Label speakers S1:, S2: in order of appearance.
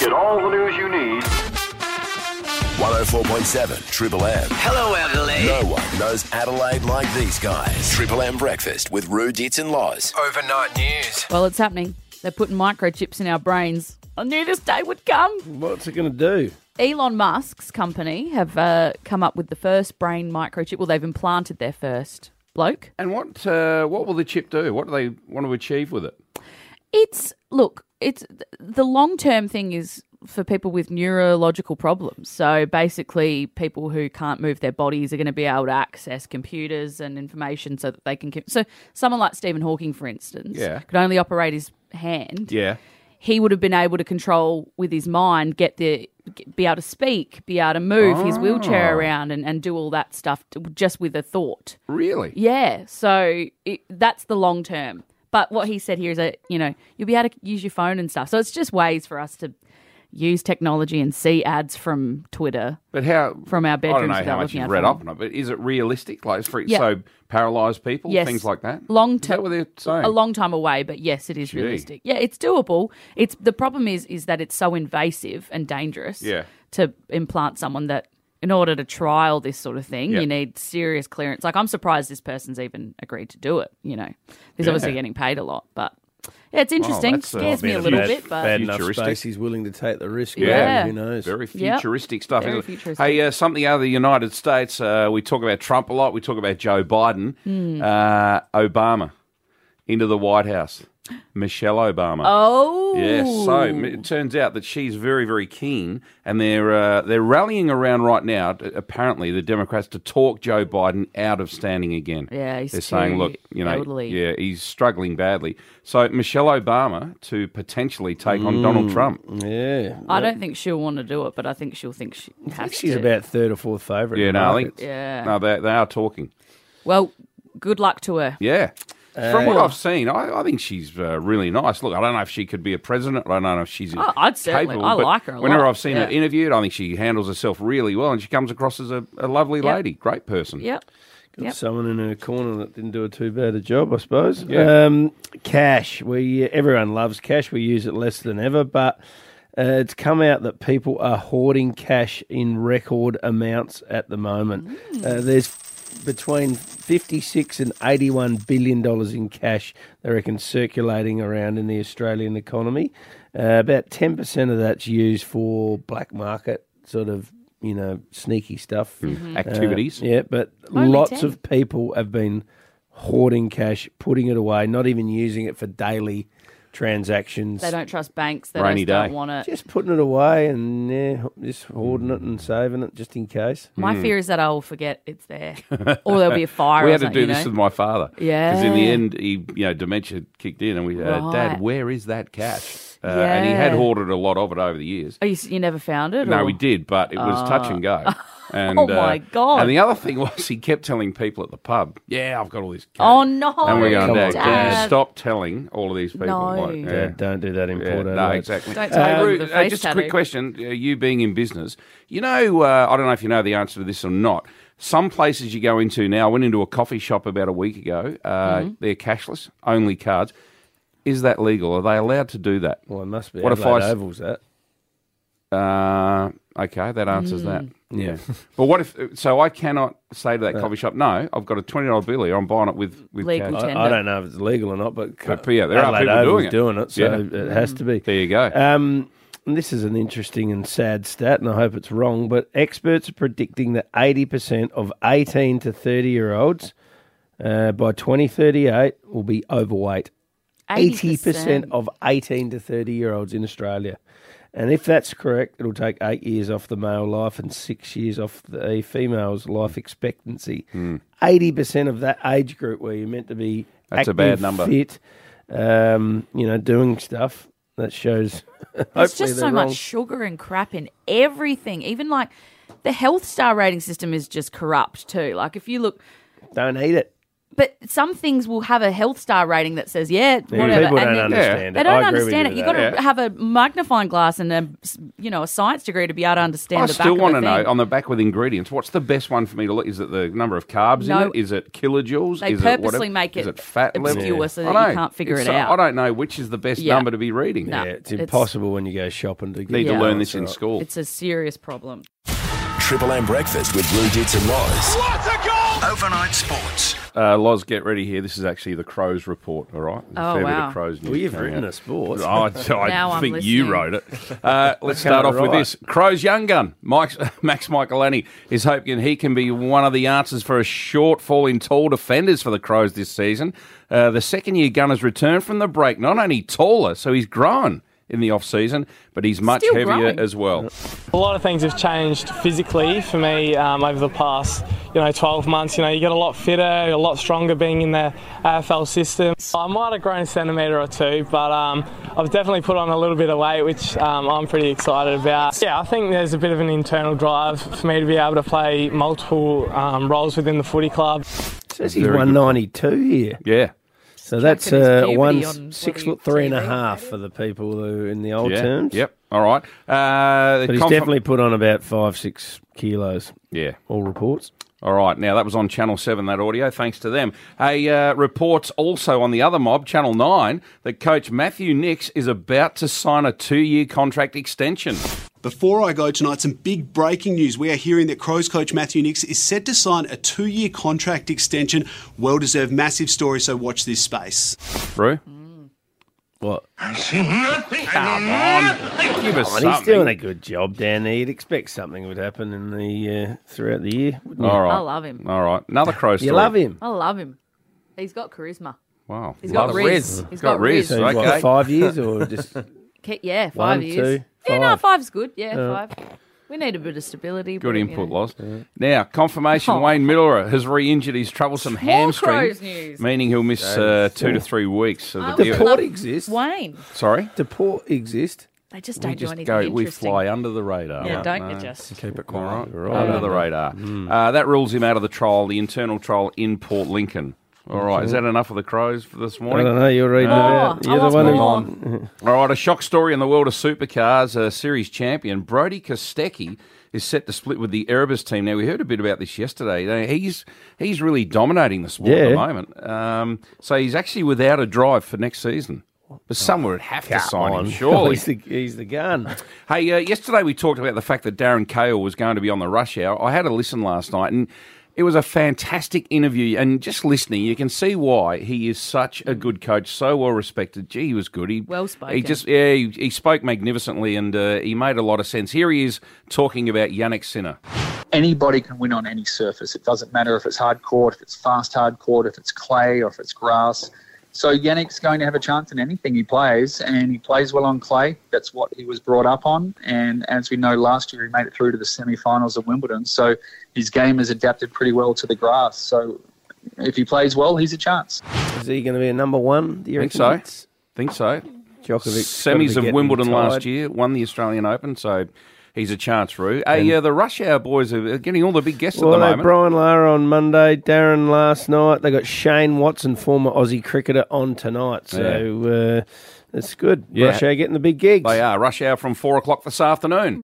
S1: Get all the news you need.
S2: 104.7 Triple M.
S3: Hello, Adelaide.
S2: No one knows Adelaide like these guys. Triple M Breakfast with Rue Dits and Laws.
S3: Overnight news.
S4: Well, it's happening. They're putting microchips in our brains. I knew this day would come.
S5: What's it going to do?
S4: Elon Musk's company have uh, come up with the first brain microchip. Well, they've implanted their first bloke.
S5: And what uh, what will the chip do? What do they want to achieve with it?
S4: It's look, it's the long term thing is for people with neurological problems. So basically, people who can't move their bodies are going to be able to access computers and information so that they can. keep- So someone like Stephen Hawking, for instance,
S5: Yeah.
S4: could only operate his hand.
S5: Yeah.
S4: he would have been able to control with his mind, get the be able to speak, be able to move his wheelchair around, and, and do all that stuff t- just with a thought.
S5: Really?
S4: Yeah, so it, that's the long term. But what he said here is that you know you'll be able to use your phone and stuff. So it's just ways for us to use technology and see ads from Twitter.
S5: But how
S4: From our
S5: I don't
S4: bedrooms
S5: know
S4: without
S5: how much
S4: looking
S5: you've
S4: out
S5: read
S4: from
S5: up on it, but is it realistic? Like for
S4: Yeah.
S5: so paralysed people,
S4: Yes.
S5: things like that.
S4: Long
S5: Is that
S4: term-
S5: what they're saying?
S4: a long time away, but yes, it is realistic. Yeah, it's doable. It's the problem is is that it's so invasive and dangerous.
S5: Yeah.
S4: To implant someone that, in order to trial this sort of thing,
S5: Yeah.
S4: you need serious clearance. Like I'm surprised this person's even agreed to do it. You know, he's obviously getting paid a lot, but yeah, it's interesting.
S5: that's, uh,
S4: Scares me a
S5: been a
S4: little
S5: bad-
S4: bit, but
S6: bad enough
S5: Futuristic.
S6: space. He's willing to take the risk.
S5: Yeah.
S6: who knows?
S5: Very
S4: Yep.
S5: futuristic stuff.
S4: Very
S5: isn't it?
S4: futuristic.
S5: Hey, uh, something out of the United States. Uh, we talk about Trump a lot. We talk about Joe Biden.
S4: Hmm.
S5: Uh, Obama into the White House. Michelle Obama.
S4: oh,
S5: Yes, so m- it turns out that she's very, very keen, and they're uh, they're rallying around right now. t- Apparently, the Democrats to talk Joe Biden out of standing again.
S4: Yeah, he's
S5: they're saying,
S4: too
S5: look, you know,
S4: elderly."
S5: yeah, he's struggling badly. So Michelle Obama to potentially take on
S4: Mm.
S5: Donald Trump.
S6: Yeah.
S4: I don't think she'll want to do it, but I think she'll think she has
S6: She's
S4: to.
S6: about third or fourth favourite.
S5: Yeah,
S6: in
S5: no, I
S6: markets.
S5: think
S4: Yeah.
S5: no, they they are talking.
S4: well, good luck to her.
S5: Yeah. From
S4: Uh,
S5: what I've seen, I, I think she's uh, really nice. Look, I don't know if she could be a president. I don't know if she's
S4: Oh, I'd certainly-
S5: capable.
S4: I
S5: but
S4: like her a
S5: whenever
S4: lot,
S5: I've seen her
S4: yeah.
S5: interviewed, I think she handles herself really well, and she comes across as a, a lovely
S4: Yep.
S5: lady, great person.
S4: Yep. Yep.
S6: Someone in her corner that didn't do a too bad a job, I suppose.
S5: Yeah.
S6: Um, cash. We everyone loves cash. We use it less than ever, but uh, it's come out that people are hoarding cash in record amounts at the moment. Uh, there's between fifty-six and eighty-one billion dollars in cash they reckon circulating around in the Australian economy. Uh, about ten percent of that's used for black market sort of. You know, sneaky stuff.
S5: Mm-hmm.
S4: Mm-hmm.
S5: Activities.
S6: Uh,
S4: Uh,
S6: Yeah, but
S4: Only
S6: lots
S4: 10.
S6: of people have been hoarding cash, putting it away, not even using it for daily transactions.
S4: They don't trust banks. They
S5: Rainy
S4: just don't
S5: day.
S4: want it.
S6: Just putting it away and yeah, just hoarding it and saving it just in case.
S4: My fear is that I will forget it's there, or there'll be a fire.
S5: Hmm. We
S4: or
S5: had to
S4: something,
S5: do
S4: you
S5: this
S4: know?
S5: with my father. Because in the
S4: Yeah.
S5: end, he, you know, dementia kicked in, and we, uh,
S4: Right.
S5: Dad, where is that cash? Uh, And he had
S4: Yeah.
S5: hoarded a lot of it over the years.
S4: Oh, you, s- you never found it?
S5: No,
S4: or-
S5: we did, but it was touch and go. And,
S4: Oh, my
S5: uh,
S4: God.
S5: And the other thing was, he kept telling people at the pub, "Yeah, I've got all this." Cash.
S4: Oh no!
S5: And we're going,
S6: Come
S5: Dad,
S6: on,
S5: can you
S4: Dad.
S5: stop telling all of these people?
S4: Uh,
S5: uh,
S4: No.
S5: Like, yeah.
S6: Dad, don't do that in
S5: Yeah,
S6: Port
S5: no,
S6: Adelaide.
S5: exactly.
S4: Don't tell them
S5: Ru,
S4: the face
S5: just a
S4: tattoo.
S5: quick question. Uh, you being in business, you know, uh, I don't know if you know the answer to this or not. Some places you go into now, I went into a coffee shop about a week ago, uh,
S4: Mm-hmm.
S5: they're cashless, only cards. Is that legal? Are they allowed to do that?
S6: Well, it must be.
S5: What
S6: What
S5: if
S6: Adelaide
S5: I s-
S6: Oval's that?
S5: Uh, okay, that answers that.
S4: Mm.
S5: Yeah. Uh. but what if, so I cannot say to that coffee shop, no, I've got a $20 bill here, I'm buying it with, with
S4: Legal
S5: cash.
S4: tender.
S6: I, I don't know if it's legal or not, but,
S5: But, yeah, there are
S6: Adelaide
S5: people
S6: Oval's
S5: doing it.
S6: doing it, so
S5: Yeah.
S6: it has to be.
S5: There you go.
S6: Um, and this is an interesting and sad stat, and I hope it's wrong, but experts are predicting that 80% of 18 to 30 year olds uh, by 2038 will be overweight. 80% of 18 to 30 year olds in Australia. And if that's correct, it'll take eight years off the male life and six years off the female's life expectancy.
S5: Hmm.
S6: 80% of that age group where you're meant to be
S5: That's a
S6: active,
S5: bad number.
S6: fit, um, you know, doing stuff. That shows.
S4: There's
S6: hopefully
S4: just so
S6: they're wrong.
S4: much sugar and crap in everything. Even like the health star rating system is just corrupt too. Like if you look,
S6: Don't eat it.
S4: but some things will have a health star rating that says, yeah, whatever.
S6: People
S4: and
S6: don't
S4: then-
S6: understand
S4: They
S6: it.
S4: don't
S6: I agree with
S4: understand it.
S6: you
S4: You've
S6: there.
S4: got to
S5: Yeah.
S4: have a magnifying glass and a, you know, a science degree to be able to understand.
S5: I
S4: the
S5: still
S4: want to
S5: know on the back with ingredients. What's the best one for me to look? Is it the number of carbs
S4: No.
S5: in it? Is it kilojoules?
S4: They
S5: is it
S4: purposely
S5: whatever?
S4: make
S5: Is
S4: it
S5: it fat level?
S4: obscure so
S5: I
S4: that you
S5: know.
S4: can't figure
S5: It's
S4: it
S5: so-
S4: out.
S5: I don't know which is the best
S4: Yeah.
S5: number to be reading.
S4: No.
S6: Yeah, it's
S4: It's-
S6: impossible when you go shopping to
S5: Need
S4: Yeah.
S5: to learn this in
S6: That's right.
S5: school.
S4: It's a serious problem.
S2: Triple M breakfast with Blue Dits and Loz.
S1: Overnight sports.
S5: Uh, Loz, get ready here. This is actually the Crows report. All right. There's a
S4: Oh,
S5: fair bit
S4: wow.
S5: of Crows news
S6: Well, you've
S5: coming
S6: written
S5: out.
S6: a sport.
S5: Oh, I, I
S4: Now I'm
S5: think you
S4: listening.
S5: wrote it. Uh, let's start
S6: kinda
S5: off with
S6: right.
S5: this. Crow's young gun, Mike's, Max Michaelani, is hoping he can be one of the answers for a shortfall in tall defenders for the Crows this season. Uh, the second year gunner's returned from the break, not only taller, so he's grown in the off season, but he's much
S4: Still
S5: heavier
S4: growing.
S5: as well.
S7: A lot of things have changed physically for me um, over the past, you know, 12 months. You know, you get a lot fitter, a lot stronger being in the AFL system. I might have grown a centimetre or two, but um, I've definitely put on a little bit of weight, which um, I'm pretty excited about. Yeah, I think there's a bit of an internal drive for me to be able to play multiple um, roles within the footy club.
S6: says he's
S5: Very good.
S6: 192 here.
S5: Yeah.
S6: So that's
S4: his
S6: uh,
S4: puberty
S6: one
S4: on
S6: six
S4: bloody
S6: foot three and a
S4: TV.
S6: half for the people who in the old
S5: yeah.
S6: terms.
S5: Yep. All right. Uh, the
S6: But he's
S5: conf-
S6: definitely put on about five, six kilos,
S5: Yeah.
S6: all reports.
S5: All right, now that was on Channel 7, that audio, thanks to them. A uh, report's also on the other mob, Channel 9, that coach Matthew Nix is about to sign a two year contract extension.
S8: Before I go tonight, some big breaking news. We are hearing that Crows coach Matthew Nix is set to sign a two year contract extension. Well deserved, massive story, so watch this space.
S5: Brew?
S6: What?
S5: Come on. Give us
S6: And
S5: something.
S6: he's doing a good job down there. You'd expect something would happen in the uh, throughout the year. wouldn't you?
S5: All right.
S4: I love him.
S5: All right, another crow story.
S6: You love him.
S4: I love him. He's got charisma.
S5: Wow.
S4: He's got
S5: Love
S4: Riz.
S5: it.
S4: He's got Riz.
S6: So he's
S5: Okay.
S6: what, five years or just
S4: Ke- Yeah, five
S6: One,
S4: years.
S6: two,
S4: Yeah, no,
S6: five.
S4: five's good. Yeah, five. We need a bit of stability.
S5: Good
S4: but, you
S5: input,
S4: know.
S5: Loz. Now, confirmation
S4: Oh.
S5: Wayne Miller has re injured his troublesome hamstring,
S4: Crows news.
S5: meaning he'll miss uh, two to three weeks.
S4: I
S5: Of the
S4: would
S5: deal.
S6: Deport
S4: love-
S6: exists.
S4: Wayne,
S5: Sorry?
S6: do port exist?
S4: they just don't
S5: We
S4: do
S5: just
S4: anything
S5: go, we
S4: interesting.
S5: fly under the radar.
S4: Yeah, don't
S5: No.
S4: adjust.
S6: Keep it
S5: All right,
S6: Right. Hmm.
S5: under the radar. Uh, that rules him out of the trial, the internal trial in Port Lincoln. All right, is that enough of the crows for this
S6: I
S5: morning?
S6: don't know. You're reading
S4: Oh,
S6: it
S4: I
S6: out. You're the
S4: want
S6: one who
S4: more.
S5: All right, a shock story in the world of supercars. A series champion, Brody Kostecki, is set to split with the Erebus team. Now, we heard a bit about this yesterday. Now, He's he's really dominating the sport at the
S6: Yeah.
S5: moment. Um, so he's actually without a drive for next season. But someone would have to sign him, surely.
S6: he's, the, he's the gun.
S5: Hey, uh, yesterday we talked about the fact that Darren Cahill was going to be on the rush hour. I had a listen last night and it was a fantastic interview. And just listening, you can see why he is such a good coach, so well respected. Gee, he was good. He,
S4: Well
S5: He
S4: spoken.
S5: just yeah, he, he spoke magnificently and uh, he made a lot of sense. Here he is talking about Yannick Sinner.
S9: anybody can win on any surface. It doesn't matter if it's hard court, if it's fast hard court, if it's clay, or if it's grass. So Yannick's going to have a chance in anything he plays, and he plays well on clay. That's what he was brought up on. And as we know, last year he made it through to the semi-finals of Wimbledon. So his game has adapted pretty well to the grass. So if he plays well, he's a chance.
S6: Is he going to be a number one? Do you
S5: Think
S6: reckon?
S5: so. Think so.
S6: Djokovic
S5: Semis
S6: gotta be
S5: of Wimbledon
S6: getting
S5: last
S6: tired.
S5: year, won the Australian Open, so he's a chance, Roo. Hey, yeah, the rush hour boys are getting all the big guests
S6: Well,
S5: at the
S6: they
S5: moment.
S6: had Brian Lara on Monday, Darren last night. They got Shane Watson, former Aussie cricketer, on tonight. So uh, that's good.
S5: Yeah.
S6: Russia getting the big gigs.
S5: They are. Rush hour from four o'clock this afternoon.